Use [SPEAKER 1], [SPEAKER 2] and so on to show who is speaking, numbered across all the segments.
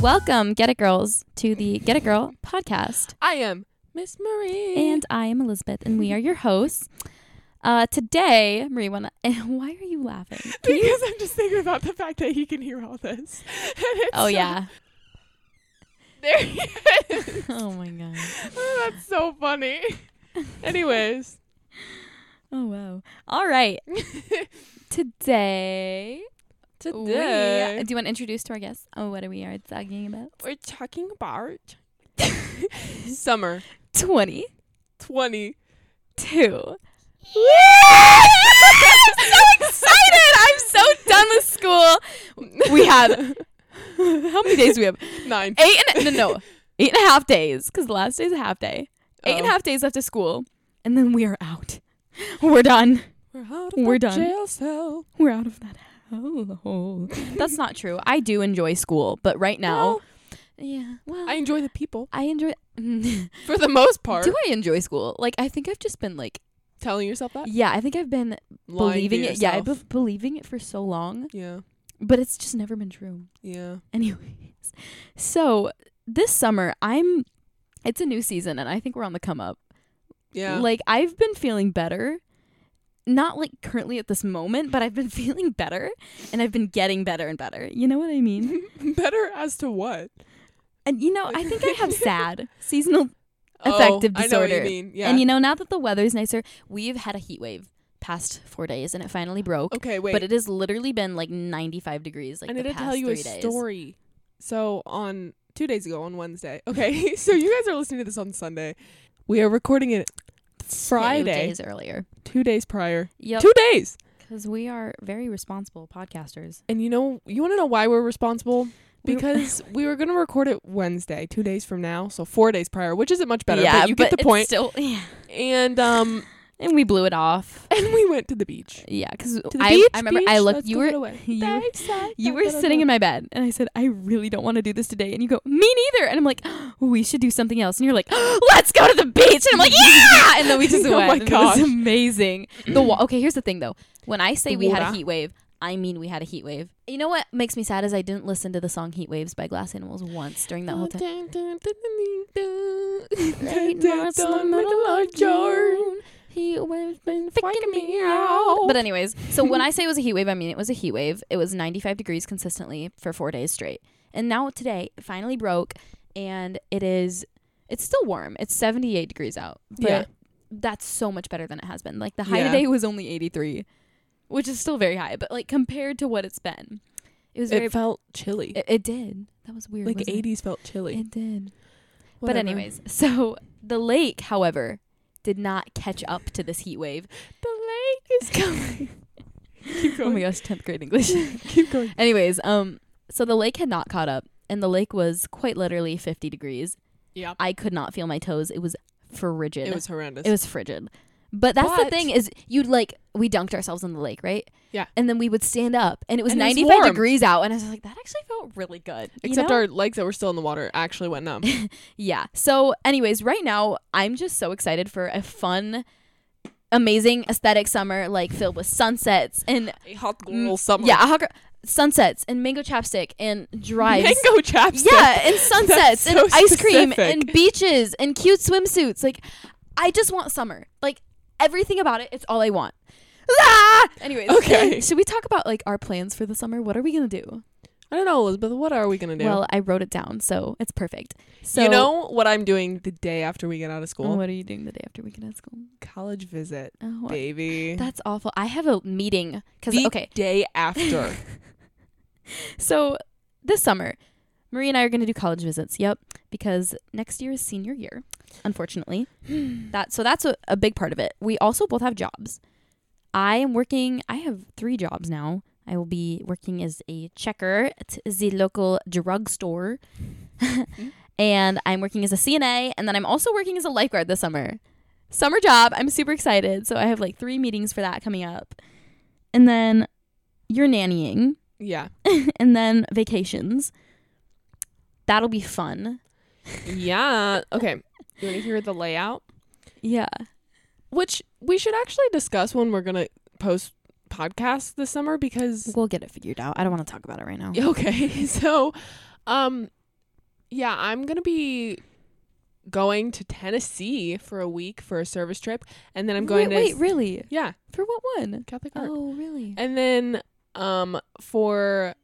[SPEAKER 1] Welcome, Get It Girls, to the Get It Girl podcast.
[SPEAKER 2] I am Miss Marie.
[SPEAKER 1] And I am Elizabeth, and we are your hosts. Uh, today, Marie, wanna, why are you laughing? Oh, Can you-
[SPEAKER 2] because I'm just thinking about the fact that he can hear all this. And it's,
[SPEAKER 1] oh,
[SPEAKER 2] uh,
[SPEAKER 1] yeah.
[SPEAKER 2] there he is.
[SPEAKER 1] Oh, my God.
[SPEAKER 2] Oh, that's so funny. Anyways,
[SPEAKER 1] Oh, wow. All right. today,
[SPEAKER 2] Today.
[SPEAKER 1] We, do you want to introduce to our guests? Oh, what are we are talking about?
[SPEAKER 2] we're talking about summer 20.
[SPEAKER 1] 22. I'm so excited. I'm so done with school. We have how many days do we have?
[SPEAKER 2] Nine.
[SPEAKER 1] Eight and no no eight and a half days because the last day is a half day. Eight and
[SPEAKER 2] Oh.
[SPEAKER 1] a half days left of school, and then we are out. We're done.
[SPEAKER 2] We're out of
[SPEAKER 1] We're
[SPEAKER 2] the
[SPEAKER 1] done.
[SPEAKER 2] jail cell.
[SPEAKER 1] We're out of that hole. That's not true. I do enjoy school, but right now, yeah. Well,
[SPEAKER 2] Well, I enjoy the people
[SPEAKER 1] I enjoy. do
[SPEAKER 2] for the most part.
[SPEAKER 1] I enjoy school? Like I think I've just been like,
[SPEAKER 2] Telling yourself that?
[SPEAKER 1] yeah. I think I've been
[SPEAKER 2] Lying to
[SPEAKER 1] believing it. Yeah, I've
[SPEAKER 2] yourself.
[SPEAKER 1] been believing it for so long,
[SPEAKER 2] yeah.
[SPEAKER 1] but it's just never been true.
[SPEAKER 2] Yeah.
[SPEAKER 1] Anyways, so this summer I'm it's a new season and I think we're on the come up.
[SPEAKER 2] Yeah.
[SPEAKER 1] Like I've been feeling better. Not like currently at this moment, but I've been feeling better and I've been getting better and better. You know what I mean?
[SPEAKER 2] Better as to what?
[SPEAKER 1] And you know, I think I have sad seasonal Affective
[SPEAKER 2] Effective Oh, I know what
[SPEAKER 1] disorder.
[SPEAKER 2] you mean. Yeah.
[SPEAKER 1] and you know, now that the weather's nicer, we've had a heat wave past four days and it finally broke.
[SPEAKER 2] okay, Oh, wait.
[SPEAKER 1] But it has literally been like ninety five degrees like
[SPEAKER 2] I
[SPEAKER 1] the
[SPEAKER 2] need to
[SPEAKER 1] past
[SPEAKER 2] tell you
[SPEAKER 1] three
[SPEAKER 2] a
[SPEAKER 1] days.
[SPEAKER 2] story. So on two days ago on Wednesday. Okay, so you guys are listening to this on Sunday. We are recording it
[SPEAKER 1] Two
[SPEAKER 2] Friday.
[SPEAKER 1] days earlier.
[SPEAKER 2] two days prior.
[SPEAKER 1] Yep.
[SPEAKER 2] Two days.
[SPEAKER 1] Because we are very responsible podcasters.
[SPEAKER 2] And you know, you want to know why we're responsible? Because we were going to record it Wednesday, two days from now, so four days prior, which isn't much better. but you get the
[SPEAKER 1] it's
[SPEAKER 2] point.
[SPEAKER 1] Still, yeah.
[SPEAKER 2] and um,
[SPEAKER 1] And we blew it off.
[SPEAKER 2] and we went to the beach.
[SPEAKER 1] Yeah, because
[SPEAKER 2] To the
[SPEAKER 1] I,
[SPEAKER 2] beach.
[SPEAKER 1] I remember
[SPEAKER 2] beach,
[SPEAKER 1] I looked.
[SPEAKER 2] let's
[SPEAKER 1] You
[SPEAKER 2] give it
[SPEAKER 1] were
[SPEAKER 2] away.
[SPEAKER 1] you-
[SPEAKER 2] Backside,
[SPEAKER 1] you were
[SPEAKER 2] da-da-da-da.
[SPEAKER 1] sitting in my bed, and I said, I really don't want to do this today. And you go, Me neither. And I'm like, "Oh, We should do something else. And you're like, "Oh, Let's go to the beach. And I'm like, Yeah. And then we just
[SPEAKER 2] Oh
[SPEAKER 1] went.
[SPEAKER 2] my
[SPEAKER 1] and
[SPEAKER 2] gosh.
[SPEAKER 1] It was amazing. The wa- okay. Here's the thing though. When I say
[SPEAKER 2] The
[SPEAKER 1] we had a
[SPEAKER 2] water.
[SPEAKER 1] heat wave. I mean, we had a heat wave. You know what makes me sad is I didn't listen to the song "Heat Waves" by Glass Animals once during
[SPEAKER 2] Oh,
[SPEAKER 1] that whole time. Late nights in the middle of June. Heat wave's been freaking me out. But anyways, so when I say it was a heat wave, I mean it was a heat wave. It was 95 degrees consistently for four days straight. And now today, it finally broke, and it is. It's still warm. It's 78 degrees out. But
[SPEAKER 2] Yeah.
[SPEAKER 1] That's so much better than it has been. Like the high
[SPEAKER 2] Yeah.
[SPEAKER 1] today was only 83, which is still very high, but like compared to what it's been, it was very.
[SPEAKER 2] It felt chilly.
[SPEAKER 1] it, it did. That was weird.
[SPEAKER 2] like
[SPEAKER 1] wasn't it?
[SPEAKER 2] 80s felt chilly.
[SPEAKER 1] It did.
[SPEAKER 2] Whatever.
[SPEAKER 1] But anyways, so the lake, however, did not catch up to this heat wave.
[SPEAKER 2] the lake is coming. Keep
[SPEAKER 1] Oh
[SPEAKER 2] going.
[SPEAKER 1] my gosh, tenth grade English.
[SPEAKER 2] Keep going.
[SPEAKER 1] anyways, um, so the lake had not caught up, and the lake was quite literally fifty degrees.
[SPEAKER 2] Yeah.
[SPEAKER 1] I could not feel my toes. It was frigid.
[SPEAKER 2] It was horrendous.
[SPEAKER 1] It was frigid. But that's the
[SPEAKER 2] But-
[SPEAKER 1] thing is, you'd like we dunked ourselves in the lake, right?
[SPEAKER 2] Yeah.
[SPEAKER 1] And then we would stand up, and it was
[SPEAKER 2] And it was
[SPEAKER 1] ninety five
[SPEAKER 2] warm.
[SPEAKER 1] degrees out, and I was like, that actually felt really good. you
[SPEAKER 2] Except
[SPEAKER 1] know?
[SPEAKER 2] our legs that were still in the water actually went numb.
[SPEAKER 1] Yeah. So, anyways, right now I'm just so excited for a fun, amazing aesthetic summer, like filled with sunsets and
[SPEAKER 2] A hot
[SPEAKER 1] girl
[SPEAKER 2] summer.
[SPEAKER 1] Mm. yeah, a hot girl- sunsets and mango chapstick and drives.
[SPEAKER 2] Mango chapstick.
[SPEAKER 1] yeah, and sunsets and
[SPEAKER 2] so
[SPEAKER 1] ice cream
[SPEAKER 2] specific.
[SPEAKER 1] and beaches and cute swimsuits. Like, I just want summer. Like everything about it, it's all I want. Ah! Anyways,
[SPEAKER 2] Okay.
[SPEAKER 1] Should we talk about like our plans for the summer? What are we gonna do?
[SPEAKER 2] I don't know, Elizabeth. What are we gonna do?
[SPEAKER 1] Well, I wrote it down, so it's perfect. So Oh
[SPEAKER 2] you know what I'm doing the day after we get out of school?
[SPEAKER 1] what are you doing the day after we get out of school?
[SPEAKER 2] College visit,
[SPEAKER 1] Oh, I-
[SPEAKER 2] baby.
[SPEAKER 1] That's awful. I have a meeting because
[SPEAKER 2] the
[SPEAKER 1] okay,
[SPEAKER 2] day after.
[SPEAKER 1] so this summer, Marie and I are going to do college visits. Yep, because next year is senior year. Unfortunately, that so that's a, a big part of it. We also both have jobs. I am working. I have three jobs now. I will be working as a checker at the local drugstore, and I'm working as a CNA, and then I'm also working as a lifeguard this summer. Summer job. I'm super excited. So I have like three meetings for that coming up, and then you're nannying
[SPEAKER 2] yeah.
[SPEAKER 1] and then vacations. That'll be fun.
[SPEAKER 2] Yeah. Okay. You wanna hear the layout?
[SPEAKER 1] Yeah.
[SPEAKER 2] Which we should actually discuss when we're gonna post podcasts this summer because
[SPEAKER 1] We'll get it figured out. I don't want to talk about it right now.
[SPEAKER 2] Okay. So, um Yeah, I'm gonna be going to Tennessee for a week for a service trip, and then I'm going
[SPEAKER 1] wait,
[SPEAKER 2] to
[SPEAKER 1] wait, really?
[SPEAKER 2] yeah
[SPEAKER 1] For what one?
[SPEAKER 2] Catholic art,
[SPEAKER 1] Oh, really?
[SPEAKER 2] and then um for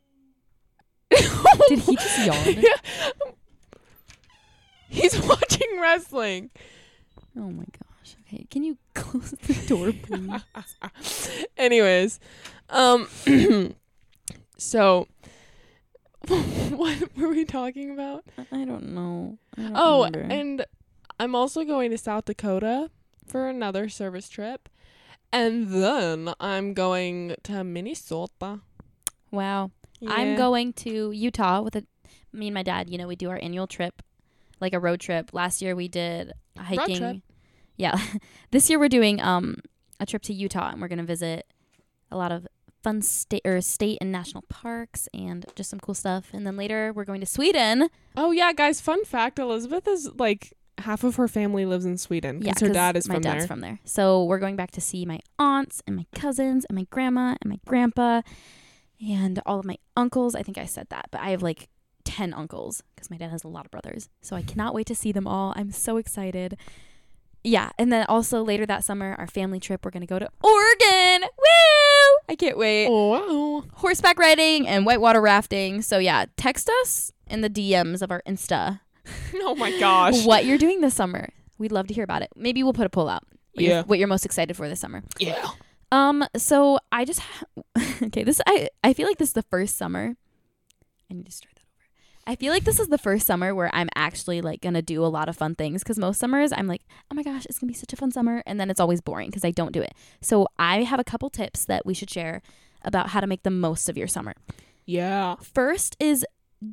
[SPEAKER 1] Did he just yawn?
[SPEAKER 2] he's watching wrestling,
[SPEAKER 1] Oh my gosh. Okay, can you close the door, please?
[SPEAKER 2] anyways, um, so what were we talking about?
[SPEAKER 1] I don't know. I don't
[SPEAKER 2] Oh,
[SPEAKER 1] remember.
[SPEAKER 2] and I'm also going to South Dakota for another service trip. And then I'm going to Minnesota.
[SPEAKER 1] wow. I'm
[SPEAKER 2] Yeah.
[SPEAKER 1] going to Utah with a, me and my dad. You know, we do our annual trip, like a road trip. Last year we did hiking.
[SPEAKER 2] trip.
[SPEAKER 1] Yeah, this year we're doing um a trip to Utah, and we're gonna visit a lot of fun state or state and national parks, and just some cool stuff. And then later we're going to Sweden.
[SPEAKER 2] Oh yeah, guys! Fun fact: Elizabeth is like half of her family lives in Sweden
[SPEAKER 1] Yeah,
[SPEAKER 2] because her dad is
[SPEAKER 1] my
[SPEAKER 2] from
[SPEAKER 1] dad's
[SPEAKER 2] there.
[SPEAKER 1] from there. So we're going back to see my aunts and my cousins and my grandma and my grandpa and all of my uncles. I think I said that, but I have like 10 uncles because my dad has a lot of brothers. So I cannot wait to see them all. I'm so excited. Yeah, and then also later that summer, our family trip, we're going to go to Oregon. Woo! I can't wait.
[SPEAKER 2] Oh wow!
[SPEAKER 1] Horseback riding and whitewater rafting. So yeah, text us in the DMs of our Insta
[SPEAKER 2] Oh my gosh!
[SPEAKER 1] what you're doing this summer. We'd love to hear about it. Maybe we'll put a poll out. What
[SPEAKER 2] Yeah.
[SPEAKER 1] You're, what you're most excited for this summer.
[SPEAKER 2] Yeah.
[SPEAKER 1] Um. So I just okay. This I I feel like this is the first summer. I need to start that over. I feel like this is the first summer where I'm actually like gonna do a lot of fun things because most summers I'm like, oh my gosh, it's gonna be such a fun summer, and then it's always boring because I don't do it. So I have a couple tips that we should share about how to make the most of your summer.
[SPEAKER 2] Yeah.
[SPEAKER 1] First is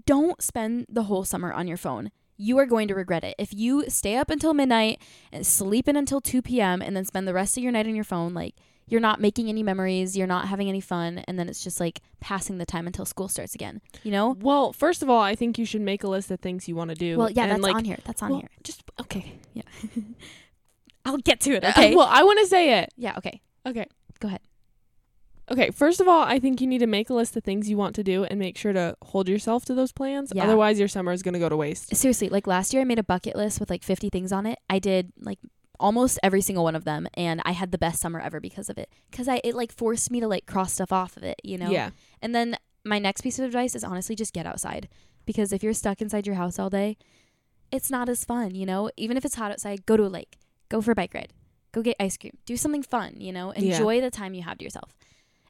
[SPEAKER 1] don't spend the whole summer on your phone. You are going to regret it. If you stay up until midnight and sleep in until 2 p.m. and then spend the rest of your night on your phone, like you're not making any memories, you're not having any fun, and then it's just like passing the time until school starts again, you know?
[SPEAKER 2] Well, first of all, I think you should make a list of things you want to do.
[SPEAKER 1] Oh. Well, yeah,
[SPEAKER 2] and,
[SPEAKER 1] that's
[SPEAKER 2] like,
[SPEAKER 1] on here. That's on
[SPEAKER 2] well,
[SPEAKER 1] here.
[SPEAKER 2] Just okay.
[SPEAKER 1] I'll get to it,
[SPEAKER 2] Okay. well, I want to say it.
[SPEAKER 1] yeah, okay.
[SPEAKER 2] Okay.
[SPEAKER 1] Go ahead.
[SPEAKER 2] Okay, first of all, I think you need to make a list of things you want to do and make sure to hold yourself to those plans.
[SPEAKER 1] Yeah.
[SPEAKER 2] Otherwise, your summer is going to go to waste.
[SPEAKER 1] Seriously, like last year I made a bucket list with like 50 things on it. I did like almost every single one of them and I had the best summer ever because of it. Cuz I it like forced me to like cross stuff off of it, you know?
[SPEAKER 2] Yeah.
[SPEAKER 1] And then my next piece of advice is honestly just get outside because if you're stuck inside your house all day, it's not as fun, you know? Even if it's hot outside, go to a lake, go for a bike ride, go get ice cream, do something fun, you know?
[SPEAKER 2] Yeah.
[SPEAKER 1] Enjoy the time you have to yourself.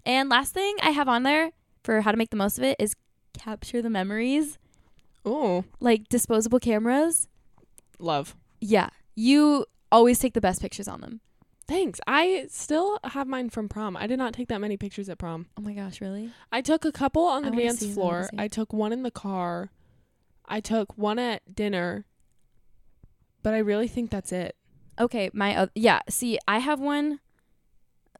[SPEAKER 1] And last thing I have on there for how to make the most of it is capture the memories,
[SPEAKER 2] Oh,
[SPEAKER 1] like disposable cameras.
[SPEAKER 2] love.
[SPEAKER 1] Yeah, you always take the best pictures on them.
[SPEAKER 2] Thanks. I still have mine from prom. I did not take that many pictures at prom.
[SPEAKER 1] Oh my gosh, really?
[SPEAKER 2] I took a couple on
[SPEAKER 1] I
[SPEAKER 2] the
[SPEAKER 1] wanna
[SPEAKER 2] dance
[SPEAKER 1] see them, I wanna
[SPEAKER 2] floor.
[SPEAKER 1] see.
[SPEAKER 2] I took one in the car. I took one at dinner. But I really think that's it.
[SPEAKER 1] Okay, my oth- yeah. See, I have one,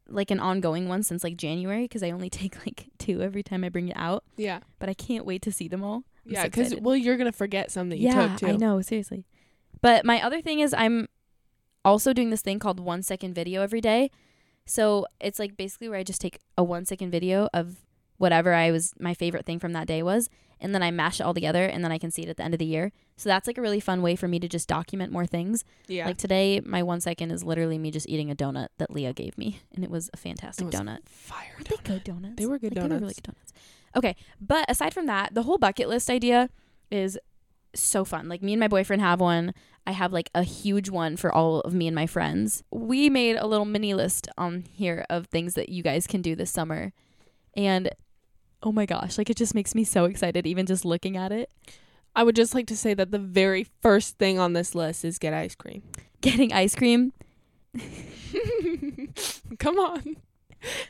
[SPEAKER 1] like an ongoing one since like January because I only take like two every time I bring it out.
[SPEAKER 2] Yeah.
[SPEAKER 1] But I can't wait to see them all. I'm
[SPEAKER 2] Yeah,
[SPEAKER 1] so
[SPEAKER 2] because
[SPEAKER 1] excited.
[SPEAKER 2] well, you're gonna forget something you
[SPEAKER 1] yeah,
[SPEAKER 2] took too.
[SPEAKER 1] I know seriously. But my other thing is I'm also doing this thing called one second video every day. So it's like basically where I just take a one second video of whatever I was my favorite thing from that day was, and then I mash it all together, and then I can see it at the end of the year. So that's like a really fun way for me to just document more things.
[SPEAKER 2] Yeah,
[SPEAKER 1] Like today, my one second is literally me just eating a donut that Leah gave me, and it was a fantastic
[SPEAKER 2] It was
[SPEAKER 1] donut.
[SPEAKER 2] fire.
[SPEAKER 1] Were they good donuts?
[SPEAKER 2] They were good
[SPEAKER 1] Like, They were really
[SPEAKER 2] donuts.
[SPEAKER 1] good donuts. Okay, but aside from that, the whole bucket list idea is so fun. Like me and my boyfriend have one. I have like a huge one for all of me and my friends. We made a little mini list on here of things that you guys can do this summer, and oh my gosh, like it just makes me so excited even just looking at it.
[SPEAKER 2] I would just like to say that the very first thing on this list is get ice cream.
[SPEAKER 1] Getting ice cream,
[SPEAKER 2] Come on.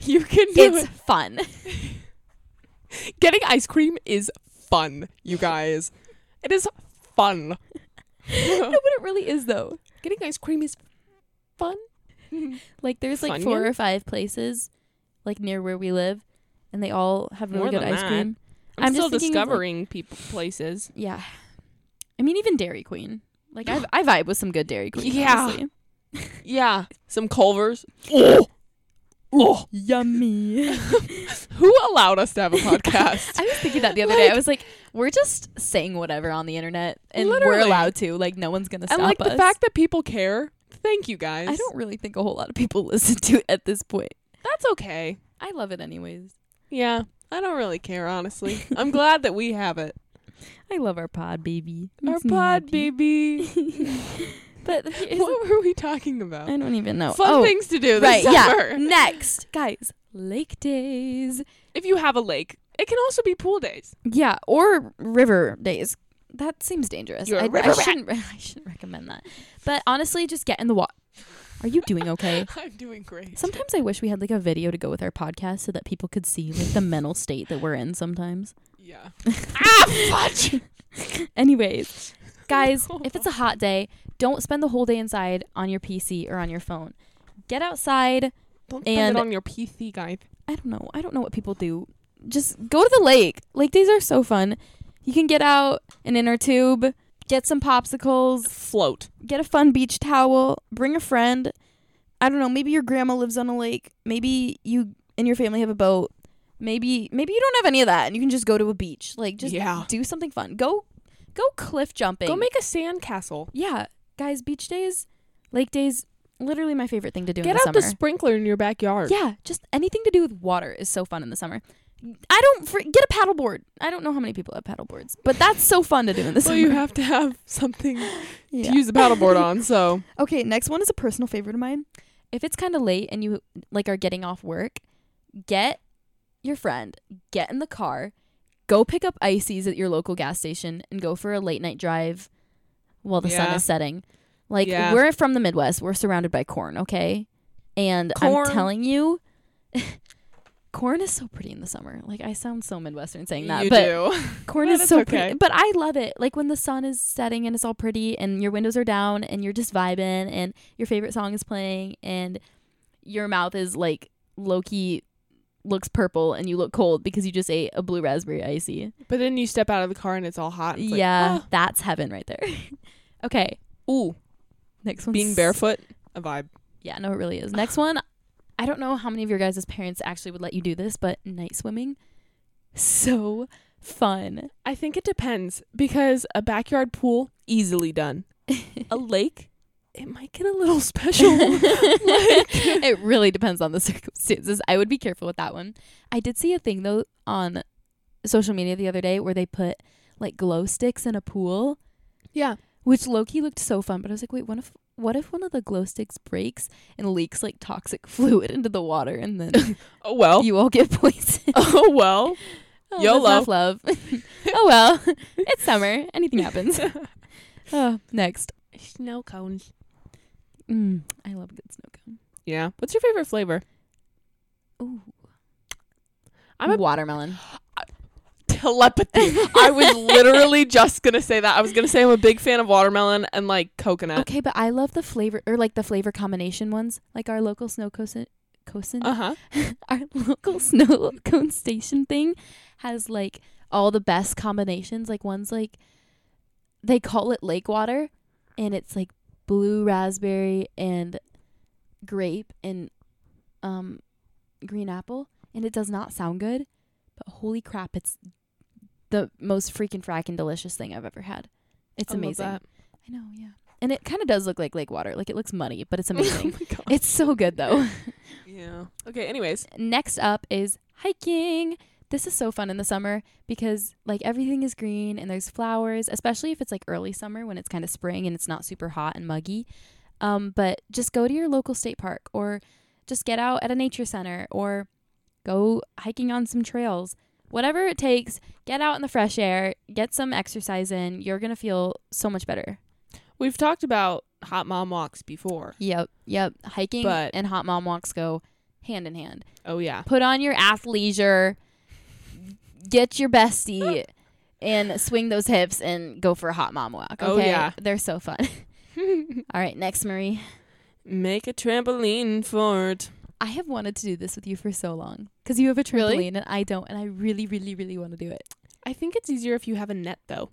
[SPEAKER 2] You can do
[SPEAKER 1] it's fun.
[SPEAKER 2] it. Getting ice cream is fun, you guys. It is fun.
[SPEAKER 1] no, but it really is though.
[SPEAKER 2] Getting ice cream is fun.
[SPEAKER 1] Like there's like
[SPEAKER 2] Fun
[SPEAKER 1] four
[SPEAKER 2] yet?
[SPEAKER 1] or five places like near where we live and they all have really
[SPEAKER 2] More
[SPEAKER 1] good
[SPEAKER 2] than
[SPEAKER 1] ice
[SPEAKER 2] that.
[SPEAKER 1] cream.
[SPEAKER 2] I'm,
[SPEAKER 1] I'm
[SPEAKER 2] still
[SPEAKER 1] just thinking of, like-
[SPEAKER 2] discovering people places.
[SPEAKER 1] Yeah. I mean even Dairy Queen. Like I I vibe with some good Dairy Queen.
[SPEAKER 2] Yeah.
[SPEAKER 1] honestly.
[SPEAKER 2] Yeah, some Culvers. Oh, oh.
[SPEAKER 1] Yummy.
[SPEAKER 2] Who allowed us to have a podcast?
[SPEAKER 1] I was thinking that the other day. I
[SPEAKER 2] Like,
[SPEAKER 1] was like, We're just saying whatever on the internet, and
[SPEAKER 2] Literally.
[SPEAKER 1] we're allowed to. Like, no one's gonna stop
[SPEAKER 2] and like
[SPEAKER 1] us.
[SPEAKER 2] the fact that people care. Thank you guys.
[SPEAKER 1] I don't really think a whole lot of people listen to it at this point.
[SPEAKER 2] That's okay.
[SPEAKER 1] I love it anyways.
[SPEAKER 2] Yeah, I don't really care honestly. I'm glad that we have it.
[SPEAKER 1] I love our pod, baby.
[SPEAKER 2] Our
[SPEAKER 1] Makes me
[SPEAKER 2] pod,
[SPEAKER 1] happy.
[SPEAKER 2] baby.
[SPEAKER 1] But here's the-
[SPEAKER 2] what were we talking about?
[SPEAKER 1] I don't even know.
[SPEAKER 2] Fun
[SPEAKER 1] oh,
[SPEAKER 2] things to do this
[SPEAKER 1] right?
[SPEAKER 2] summer.
[SPEAKER 1] Yeah. Next, guys, lake days.
[SPEAKER 2] If you have a lake, it can also be pool days.
[SPEAKER 1] Yeah, or river days. That seems dangerous.
[SPEAKER 2] You're a
[SPEAKER 1] I,
[SPEAKER 2] river
[SPEAKER 1] I
[SPEAKER 2] rat.
[SPEAKER 1] shouldn't. I shouldn't recommend that. But honestly, just get in the water. Are you doing okay?
[SPEAKER 2] I'm doing great.
[SPEAKER 1] Sometimes I wish we had like a video to go with our podcast so that people could see like the mental state that we're in sometimes.
[SPEAKER 2] Yeah. ah, fudge.
[SPEAKER 1] Anyways, guys, if it's a hot day, don't spend the whole day inside on your PC or on your phone. Get outside.
[SPEAKER 2] Don't spend
[SPEAKER 1] And-
[SPEAKER 2] it on your PC, guys.
[SPEAKER 1] I don't know. I don't know what people do. Just go to the lake. Lake days are so fun. You can get out an inner tube, get some popsicles,
[SPEAKER 2] Float.
[SPEAKER 1] get a fun beach towel, bring a friend. I don't know, maybe your grandma lives on a lake. Maybe you and your family have a boat. Maybe maybe you don't have any of that and you can just go to a beach. Like just
[SPEAKER 2] yeah.
[SPEAKER 1] do something fun. Go go cliff jumping.
[SPEAKER 2] Go make a sandcastle.
[SPEAKER 1] Yeah, guys, beach days, lake days, literally my favorite thing to do in
[SPEAKER 2] Get
[SPEAKER 1] the
[SPEAKER 2] out
[SPEAKER 1] summer.
[SPEAKER 2] the sprinkler in your backyard.
[SPEAKER 1] yeah, just anything to do with water is so fun in the summer. I don't fr- get a paddleboard. I don't know how many people have paddleboards, but that's so fun to do in the
[SPEAKER 2] So
[SPEAKER 1] summer.
[SPEAKER 2] you have to have something
[SPEAKER 1] Yeah.
[SPEAKER 2] to use the paddleboard on. So
[SPEAKER 1] Okay, next one is a personal favorite of mine. If it's kind of late and you like are getting off work, get your friend, get in the car, go pick up ices at your local gas station and go for a late night drive while the sun
[SPEAKER 2] Yeah.
[SPEAKER 1] is setting. Like
[SPEAKER 2] Yeah.
[SPEAKER 1] we're from the Midwest, we're surrounded by corn, okay? And
[SPEAKER 2] Corn.
[SPEAKER 1] I'm telling you corn is so pretty in the summer. Like I sound so Midwestern saying that,
[SPEAKER 2] you
[SPEAKER 1] but
[SPEAKER 2] do.
[SPEAKER 1] Corn
[SPEAKER 2] But
[SPEAKER 1] is
[SPEAKER 2] it's
[SPEAKER 1] so
[SPEAKER 2] okay.
[SPEAKER 1] pretty, but I love it. Like when the sun is setting and it's all pretty, and your windows are down, and you're just vibing, and your favorite song is playing, and your mouth is like Loki looks purple, and you look cold because you just ate a blue raspberry icy.
[SPEAKER 2] But then you step out of the car and it's all hot. And it's like,
[SPEAKER 1] yeah,
[SPEAKER 2] ah.
[SPEAKER 1] that's heaven right there. okay,
[SPEAKER 2] Ooh,
[SPEAKER 1] next one.
[SPEAKER 2] being barefoot, a vibe.
[SPEAKER 1] Yeah, no, it really is. Next one. I don't know how many of your guys' parents actually would let you do this, but night swimming, so fun.
[SPEAKER 2] I think it depends because a backyard pool easily done. a lake, it might get a little special. Like-
[SPEAKER 1] it really depends on the circumstances. I would be careful with that one. I did see a thing though on social media the other day where they put like glow sticks in a pool,
[SPEAKER 2] yeah.
[SPEAKER 1] which Loki looked so fun. But I was like, wait, what if what if one of the glow sticks breaks and leaks like toxic fluid into the water, and then
[SPEAKER 2] Oh well.
[SPEAKER 1] you all get poisoned?
[SPEAKER 2] oh well.
[SPEAKER 1] Oh,
[SPEAKER 2] YOLO.
[SPEAKER 1] that's not love. oh well, it's summer. Anything happens. Oh, next.
[SPEAKER 2] Snow cones.
[SPEAKER 1] Mm, I love a good snow cone.
[SPEAKER 2] Yeah. What's your favorite flavor?
[SPEAKER 1] Ooh,
[SPEAKER 2] I'm a
[SPEAKER 1] watermelon.
[SPEAKER 2] telepathy. I was literally just gonna say that. I was gonna say I'm a big fan of watermelon and like coconut.
[SPEAKER 1] Okay, but I love the flavor or like the flavor combination ones, like our local snow cosin, cosin
[SPEAKER 2] Uh huh.
[SPEAKER 1] our local snow cone station thing has like all the best combinations. Like ones like they call it lake water, and it's like blue raspberry and grape and um green apple, and it does not sound good, but holy crap, it's the most freaking frackin' delicious thing I've ever had. It's amazing. I know, yeah. And it kind of does look like lake water. Like it looks muddy, but it's amazing.
[SPEAKER 2] oh my god.
[SPEAKER 1] it's so good though.
[SPEAKER 2] yeah. Okay. Anyways,
[SPEAKER 1] Next up is hiking. This is so fun in the summer because like everything is green and there's flowers, especially if it's like early summer when it's kind of spring and it's not super hot and muggy. Um, but just go to your local state park or just get out at a nature center or go hiking on some trails. Whatever it takes, get out in the fresh air, get some exercise in. You're going to feel so much better.
[SPEAKER 2] we've talked about hot mom walks before.
[SPEAKER 1] Yep, yep. Hiking
[SPEAKER 2] But-
[SPEAKER 1] and hot mom walks go hand in hand.
[SPEAKER 2] Oh yeah.
[SPEAKER 1] Put on your athleisure, get your bestie, and swing those hips and go for a hot mom walk. Okay?
[SPEAKER 2] Oh, yeah.
[SPEAKER 1] they're so fun. All right, next, Marie.
[SPEAKER 2] Make a trampoline for it.
[SPEAKER 1] I have wanted to do this with you for so long because you have a trampoline
[SPEAKER 2] Really?
[SPEAKER 1] and I don't, and I really, really, really want to do it.
[SPEAKER 2] I think it's easier if you have a net though.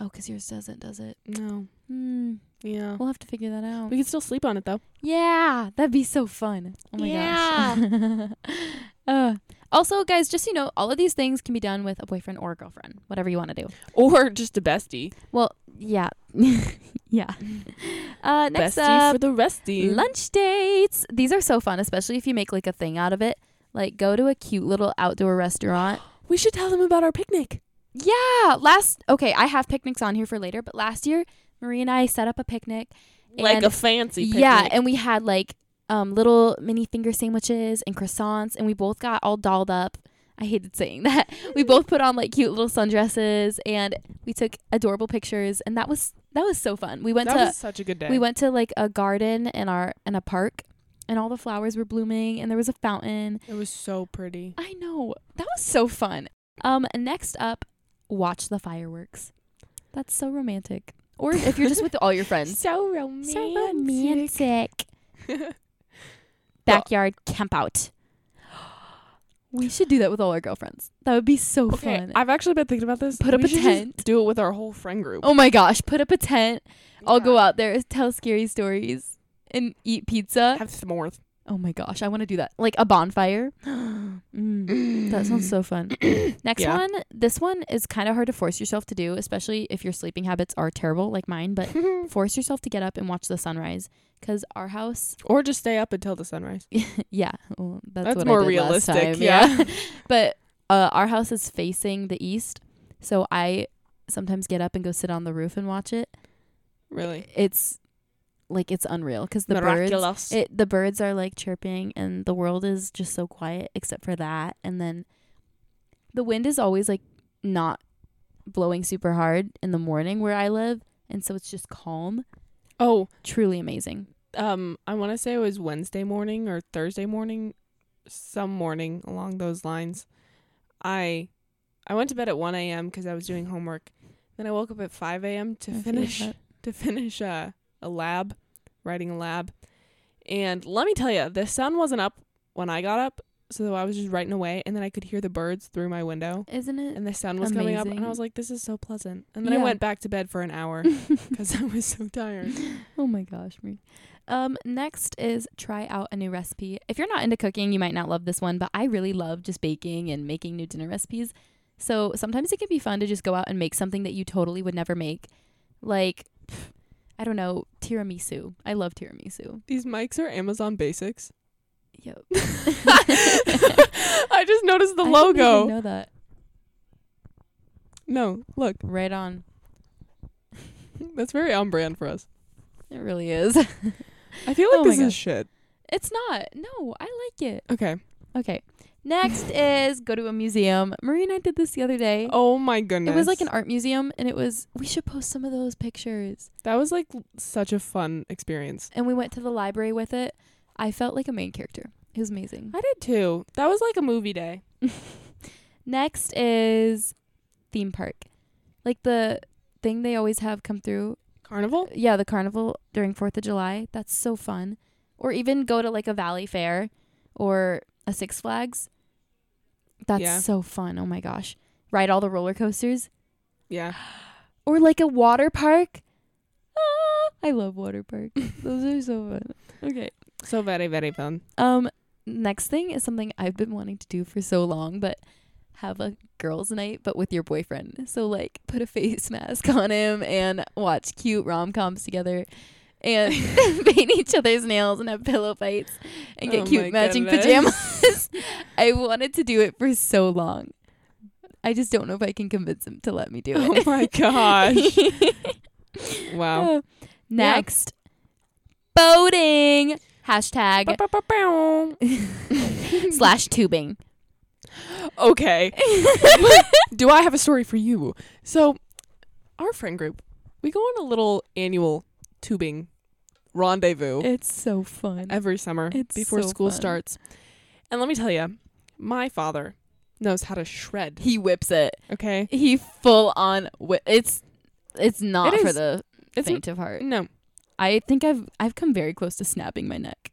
[SPEAKER 1] Oh, because yours doesn't, does it?
[SPEAKER 2] No.
[SPEAKER 1] Hmm.
[SPEAKER 2] Yeah.
[SPEAKER 1] We'll have to figure that out.
[SPEAKER 2] We can still sleep on it though.
[SPEAKER 1] Yeah, that'd be so fun. Oh my gosh. uh, Also, guys, just so you know, all of these things can be done with a boyfriend or a girlfriend, whatever you want to do.
[SPEAKER 2] Or just a bestie.
[SPEAKER 1] Well, yeah, yeah. Uh, next
[SPEAKER 2] bestie
[SPEAKER 1] up,
[SPEAKER 2] for the resty.
[SPEAKER 1] lunch dates. These are so fun, especially if you make like a thing out of it. Like go to a cute little outdoor restaurant.
[SPEAKER 2] we should tell them about our picnic.
[SPEAKER 1] Yeah, last okay, I have picnics on here for later, but last year Marie and I set up a picnic.
[SPEAKER 2] like
[SPEAKER 1] and-
[SPEAKER 2] a fancy picnic.
[SPEAKER 1] Yeah, and we had like um little mini finger sandwiches and croissants and we both got all dolled up. I hated saying that. We both put on like cute little sundresses and we took adorable pictures and that was that was so fun. We went
[SPEAKER 2] that
[SPEAKER 1] to
[SPEAKER 2] was such a good day.
[SPEAKER 1] we went to like a garden in our in a park and all the flowers were blooming and there was a fountain.
[SPEAKER 2] it was so pretty.
[SPEAKER 1] I know. That was so fun. Um next up, watch the fireworks. That's so romantic. Or if you're just with all your friends.
[SPEAKER 2] So romantic.
[SPEAKER 1] So romantic. Backyard camp out. We should do that with all our girlfriends. That would be so
[SPEAKER 2] okay,
[SPEAKER 1] fun.
[SPEAKER 2] I've actually been thinking about this.
[SPEAKER 1] Put up
[SPEAKER 2] We
[SPEAKER 1] a
[SPEAKER 2] should just
[SPEAKER 1] tent.
[SPEAKER 2] Do it with our whole friend group.
[SPEAKER 1] oh my gosh, put up a tent. I'll
[SPEAKER 2] Yeah.
[SPEAKER 1] go out there, tell scary stories and eat pizza.
[SPEAKER 2] Have s'mores.
[SPEAKER 1] Oh my gosh, I want to do that. Like a bonfire. Mm, that sounds so fun. Next
[SPEAKER 2] Yeah.
[SPEAKER 1] one. This one is kind of hard to force yourself to do, especially if your sleeping habits are terrible like mine, but force yourself to get up and watch the sunrise cuz our house
[SPEAKER 2] or just stay up until the sunrise.
[SPEAKER 1] yeah, well, that's,
[SPEAKER 2] That's
[SPEAKER 1] what
[SPEAKER 2] more
[SPEAKER 1] I did
[SPEAKER 2] realistic,
[SPEAKER 1] Last time,
[SPEAKER 2] yeah.
[SPEAKER 1] but uh, our house is facing the east, so I sometimes get up and go sit on the roof and watch it.
[SPEAKER 2] Really.
[SPEAKER 1] It's like it's unreal cuz the birds
[SPEAKER 2] Miraculous.
[SPEAKER 1] it the birds are like chirping and the world is just so quiet except for that and then the wind is always like not blowing super hard in the morning where I live and so it's just calm.
[SPEAKER 2] oh,
[SPEAKER 1] Truly amazing.
[SPEAKER 2] um, I want to say it was Wednesday morning or Thursday morning, some morning along those lines. I, I went to bed at one a.m. because I was doing homework. Then I woke up at five a.m. to
[SPEAKER 1] I feel
[SPEAKER 2] finish
[SPEAKER 1] that.
[SPEAKER 2] to finish uh, a lab, writing a lab. And let me tell you, the sun wasn't up when I got up, so I was just writing away, and then I could hear the birds through my window,
[SPEAKER 1] Isn't it?
[SPEAKER 2] and the sun was coming up, and I
[SPEAKER 1] Amazing.
[SPEAKER 2] was like, "This is so pleasant." And then I
[SPEAKER 1] Yeah.
[SPEAKER 2] went back to bed for an hour because I was so tired.
[SPEAKER 1] oh my gosh, Marie. Um, next is try out a new recipe. If you're not into cooking, you might not love this one, but I really love just baking and making new dinner recipes. So sometimes it can be fun to just go out and make something that you totally would never make. Like, pff, I don't know, tiramisu. I love tiramisu.
[SPEAKER 2] These mics are Amazon Basics.
[SPEAKER 1] Yep.
[SPEAKER 2] I just noticed the
[SPEAKER 1] I didn't even
[SPEAKER 2] logo.
[SPEAKER 1] know that.
[SPEAKER 2] No, look,
[SPEAKER 1] Right on.
[SPEAKER 2] that's very on brand for us.
[SPEAKER 1] It really is.
[SPEAKER 2] I feel like
[SPEAKER 1] Oh my
[SPEAKER 2] this
[SPEAKER 1] gosh.
[SPEAKER 2] is shit.
[SPEAKER 1] it's not. No, I like it.
[SPEAKER 2] Okay.
[SPEAKER 1] Okay. Next is go to a museum. Marie and I did this the other day.
[SPEAKER 2] Oh my goodness.
[SPEAKER 1] It was like an art museum, and it was. We should post some of those pictures.
[SPEAKER 2] That was like l- such a fun experience.
[SPEAKER 1] And we went to the library with it. I felt like a main character. It was amazing.
[SPEAKER 2] I did too. That was like a movie day.
[SPEAKER 1] Next is theme park, like the thing they always have come through.
[SPEAKER 2] Carnival?
[SPEAKER 1] Yeah, the carnival during Fourth of July. That's so fun. Or even go to like a Valley Fair or a Six Flags. That's
[SPEAKER 2] Yeah.
[SPEAKER 1] so fun. Oh my gosh. Ride all the roller coasters.
[SPEAKER 2] Yeah.
[SPEAKER 1] or like a water park. Ah, I love water parks. Those are so fun. Okay.
[SPEAKER 2] So very, very fun.
[SPEAKER 1] Um next thing is something I've been wanting to do for so long but have a girls night but with your boyfriend. So like put a face mask on him and watch cute rom-coms together and paint each other's nails and have pillow fights and get
[SPEAKER 2] Oh my
[SPEAKER 1] cute matching
[SPEAKER 2] goodness.
[SPEAKER 1] pajamas. I wanted to do it for so long. I just don't know if I can convince him to let me do it.
[SPEAKER 2] Oh my gosh. Wow.
[SPEAKER 1] Oh. Next, boating hashtag
[SPEAKER 2] Ba-ba-ba-bow.
[SPEAKER 1] slash tubing.
[SPEAKER 2] Okay. Do I have a story for you? So, our friend group, we go on a little annual tubing rendezvous
[SPEAKER 1] It's so fun.
[SPEAKER 2] every summer
[SPEAKER 1] It's
[SPEAKER 2] before
[SPEAKER 1] so
[SPEAKER 2] school
[SPEAKER 1] fun.
[SPEAKER 2] starts. And let me tell you, my father knows how to shred.
[SPEAKER 1] He whips it.
[SPEAKER 2] Okay,
[SPEAKER 1] He full on. Whi- it's it's not
[SPEAKER 2] It
[SPEAKER 1] for
[SPEAKER 2] is-
[SPEAKER 1] the
[SPEAKER 2] it's
[SPEAKER 1] faint of heart.
[SPEAKER 2] no,
[SPEAKER 1] I think I've I've come very close to snapping my neck.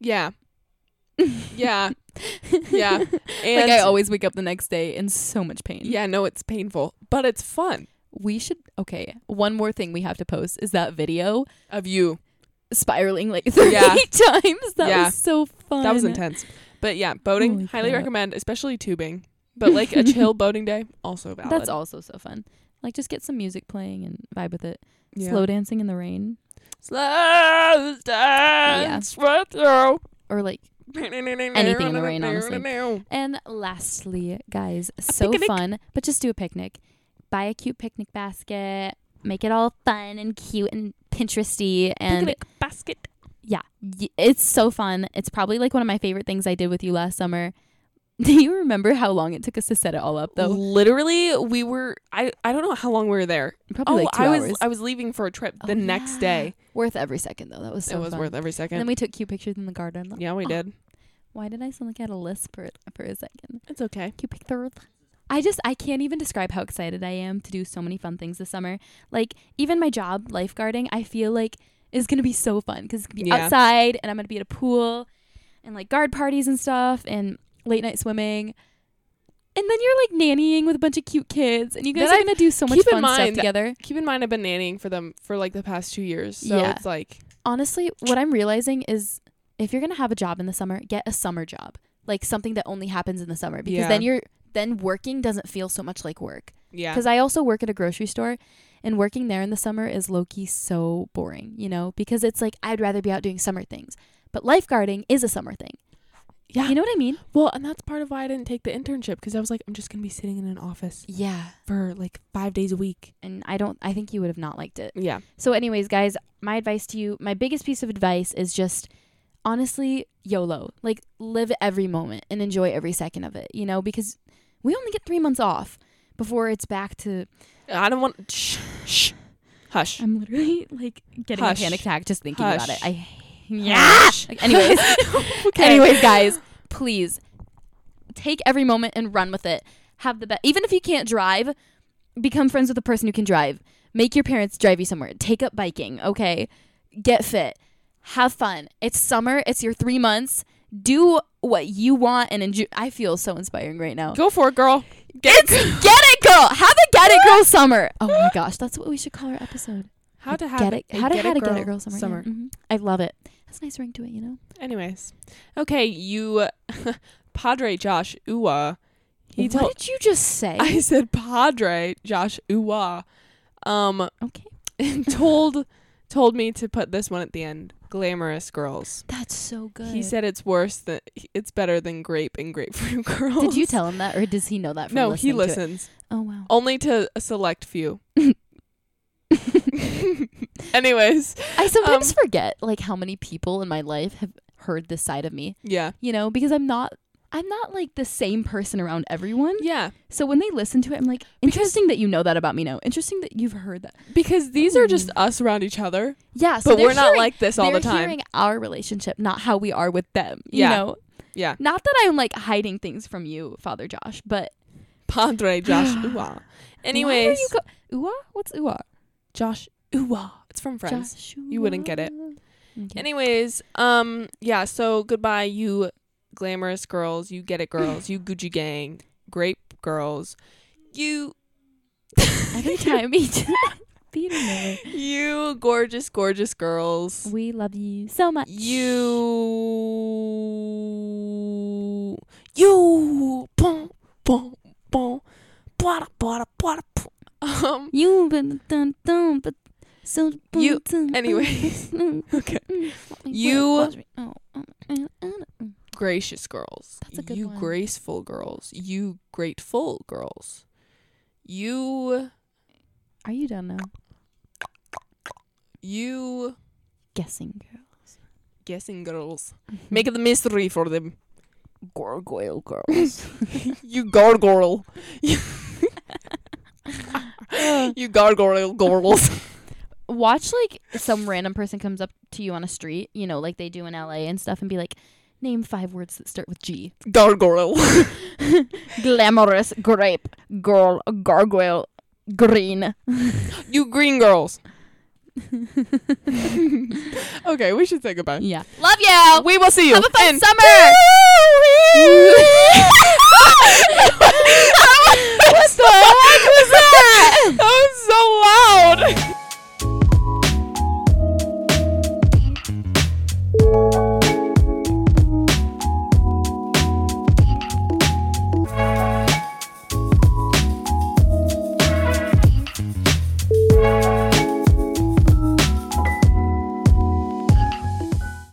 [SPEAKER 2] yeah, yeah, yeah. And
[SPEAKER 1] like I always wake up the next day in so much pain.
[SPEAKER 2] yeah, no, it's painful, but it's fun.
[SPEAKER 1] We should okay. One more thing we have to post is that video
[SPEAKER 2] Of you,
[SPEAKER 1] spiraling like three
[SPEAKER 2] Yeah.
[SPEAKER 1] times. That
[SPEAKER 2] Yeah.
[SPEAKER 1] was so fun.
[SPEAKER 2] that was intense. But yeah, boating,
[SPEAKER 1] Holy
[SPEAKER 2] highly
[SPEAKER 1] crap.
[SPEAKER 2] recommend, especially tubing. But like a chill boating day, also valid.
[SPEAKER 1] That's also so fun. Like just get some music playing and vibe with it.
[SPEAKER 2] Yeah.
[SPEAKER 1] Slow dancing in the rain
[SPEAKER 2] Slow dance. Right through.
[SPEAKER 1] or like
[SPEAKER 2] Anything
[SPEAKER 1] in the rain, honestly. and lastly, guys, so
[SPEAKER 2] picnic.
[SPEAKER 1] fun, but just do a picnic. Buy a cute picnic basket, make it all fun and cute and Pinteresty and
[SPEAKER 2] Picnic basket.
[SPEAKER 1] yeah, y- it's so fun. It's probably like one of my favorite things I did with you last summer. Do you remember how long it took us to set it all up though?
[SPEAKER 2] Literally, we were. I I don't know how long we were there.
[SPEAKER 1] Probably like 2
[SPEAKER 2] Oh, I
[SPEAKER 1] hours.
[SPEAKER 2] was I was leaving for a trip the
[SPEAKER 1] Oh,
[SPEAKER 2] next
[SPEAKER 1] yeah.
[SPEAKER 2] day.
[SPEAKER 1] worth every second though. That was so
[SPEAKER 2] it was
[SPEAKER 1] fun.
[SPEAKER 2] worth every
[SPEAKER 1] and then
[SPEAKER 2] second.
[SPEAKER 1] we took cute pictures in the garden.
[SPEAKER 2] yeah, we
[SPEAKER 1] Oh.
[SPEAKER 2] did.
[SPEAKER 1] Why did I sound like I had a lisp for, for a second?
[SPEAKER 2] It's okay.
[SPEAKER 1] Cute pictures. I just I can't even describe how excited I am to do so many fun things this summer. Like even my job, lifeguarding, I feel like is gonna be so fun because it's gonna be
[SPEAKER 2] Yeah.
[SPEAKER 1] outside and I'm gonna be at a pool and like guard parties and stuff and late night swimming. And then you're like nannying with a bunch of cute kids and you guys
[SPEAKER 2] Then
[SPEAKER 1] are gonna do so much
[SPEAKER 2] keep in
[SPEAKER 1] fun stuff
[SPEAKER 2] mind-
[SPEAKER 1] together.
[SPEAKER 2] Keep in mind, I've been nannying for them for like the past two years, so
[SPEAKER 1] Yeah.
[SPEAKER 2] it's like
[SPEAKER 1] honestly, what I'm realizing is if you're gonna have a job in the summer, get a summer job, like something that only happens in the summer, because
[SPEAKER 2] Yeah.
[SPEAKER 1] then you're then working doesn't feel so much like work.
[SPEAKER 2] yeah,
[SPEAKER 1] Because I also work at a grocery store, and working there in the summer is low key so boring, you know, because it's like I'd rather be out doing summer things, but lifeguarding is a summer thing.
[SPEAKER 2] yeah.
[SPEAKER 1] You know what I mean?
[SPEAKER 2] well, and that's part of why I didn't take the internship because I was like, I'm just gonna be sitting in an office
[SPEAKER 1] Yeah,
[SPEAKER 2] for like five days a week.
[SPEAKER 1] and I don't. I think you would have not liked it.
[SPEAKER 2] Yeah,
[SPEAKER 1] So, anyways, guys, my advice to you, my biggest piece of advice is just honestly YOLO. Like, live every moment and enjoy every second of it, you know, because we only get three months off before it's back to.
[SPEAKER 2] I don't want. Shh, shh, hush.
[SPEAKER 1] I'm literally like getting
[SPEAKER 2] Hush.
[SPEAKER 1] a panic attack just thinking about it.
[SPEAKER 2] Hush.
[SPEAKER 1] I.
[SPEAKER 2] Mm,
[SPEAKER 1] Yeah.
[SPEAKER 2] Hush.
[SPEAKER 1] Like, anyways,
[SPEAKER 2] Okay.
[SPEAKER 1] anyways, guys, please take every moment and run with it. Have the best. Even if you can't drive, become friends with a person who can drive. Make your parents drive you somewhere. Take up biking. Okay, get fit. Have fun. It's summer. It's your three months. Do what you want and enjoy. I feel so inspiring right now.
[SPEAKER 2] go for it, girl.
[SPEAKER 1] It's get it, girl. Have a get it, girl summer. Oh my gosh, that's what we should call our episode.
[SPEAKER 2] How to have
[SPEAKER 1] Get it.
[SPEAKER 2] a
[SPEAKER 1] How to how to
[SPEAKER 2] girl Mm.
[SPEAKER 1] get it, girl summer. yeah.
[SPEAKER 2] Summer.
[SPEAKER 1] Mhm. I love it. That's a nice ring to it, you know.
[SPEAKER 2] Anyways, okay, you, Padre Josh Uwa. He
[SPEAKER 1] what
[SPEAKER 2] told
[SPEAKER 1] did you just say?
[SPEAKER 2] I said Padre Josh Uwa. Um,
[SPEAKER 1] okay.
[SPEAKER 2] told told me to put this one at the end. Glamorous girls.
[SPEAKER 1] That's so good.
[SPEAKER 2] He said it's worse than it's better than grape and grapefruit girls.
[SPEAKER 1] Did you tell him that, or does he know that? From
[SPEAKER 2] No,
[SPEAKER 1] listening
[SPEAKER 2] he listens
[SPEAKER 1] To it? Oh wow.
[SPEAKER 2] only to a select few. Anyways,
[SPEAKER 1] I sometimes
[SPEAKER 2] Um,
[SPEAKER 1] forget like how many people in my life have heard this side of me.
[SPEAKER 2] yeah,
[SPEAKER 1] You know, because I'm not. I'm not like the same person around everyone.
[SPEAKER 2] yeah.
[SPEAKER 1] So when they listen to it, I'm like, interesting that you know that about me now. Interesting that you've heard that.
[SPEAKER 2] Because these are just us around each other,
[SPEAKER 1] Yeah, Hmm. so
[SPEAKER 2] but
[SPEAKER 1] they're
[SPEAKER 2] we're not
[SPEAKER 1] hearing-
[SPEAKER 2] like this all
[SPEAKER 1] they're
[SPEAKER 2] the time.
[SPEAKER 1] hearing our relationship, not how we are with them. You
[SPEAKER 2] Yeah.
[SPEAKER 1] know,
[SPEAKER 2] yeah.
[SPEAKER 1] not that I'm like hiding things from you, Father Josh, but
[SPEAKER 2] Padre Josh Uwa.
[SPEAKER 1] why are
[SPEAKER 2] Anyways,
[SPEAKER 1] you co- Ua? What's Ua?
[SPEAKER 2] Josh Uwa. It's from Friends. You wouldn't get it.
[SPEAKER 1] Okay.
[SPEAKER 2] Anyways, um, yeah. So goodbye, you glamorous girls. You get it, girls. you Gucci gang, grape girls. You.
[SPEAKER 1] Every time he Peter Miller.
[SPEAKER 2] you gorgeous, gorgeous girls.
[SPEAKER 1] We love you so much.
[SPEAKER 2] You. You. Bon, bon, bon. Bada, bada, bada, poo. Um.
[SPEAKER 1] You been dun dun but so
[SPEAKER 2] You- Anyways,
[SPEAKER 1] Mm,
[SPEAKER 2] okay. You-
[SPEAKER 1] Oh,
[SPEAKER 2] gracious girls.
[SPEAKER 1] That's a good
[SPEAKER 2] you
[SPEAKER 1] one.
[SPEAKER 2] graceful girls. You grateful girls. You
[SPEAKER 1] Are you done now?
[SPEAKER 2] you
[SPEAKER 1] Guessing girl.
[SPEAKER 2] guessing girls. Make it a mystery for them. Gargoyle girls. you gargoyle. You- you gargoyle girls.
[SPEAKER 1] Watch like some random person comes up to you on a street, you know, like they do in LA and stuff, and be like, name five words that start with G.
[SPEAKER 2] gargoyle.
[SPEAKER 1] Glamorous grape girl gargoyle green.
[SPEAKER 2] you green girls. okay, we should say goodbye.
[SPEAKER 1] Yeah. Love you.
[SPEAKER 2] We will see you
[SPEAKER 1] Have a fun
[SPEAKER 2] in-
[SPEAKER 1] summer.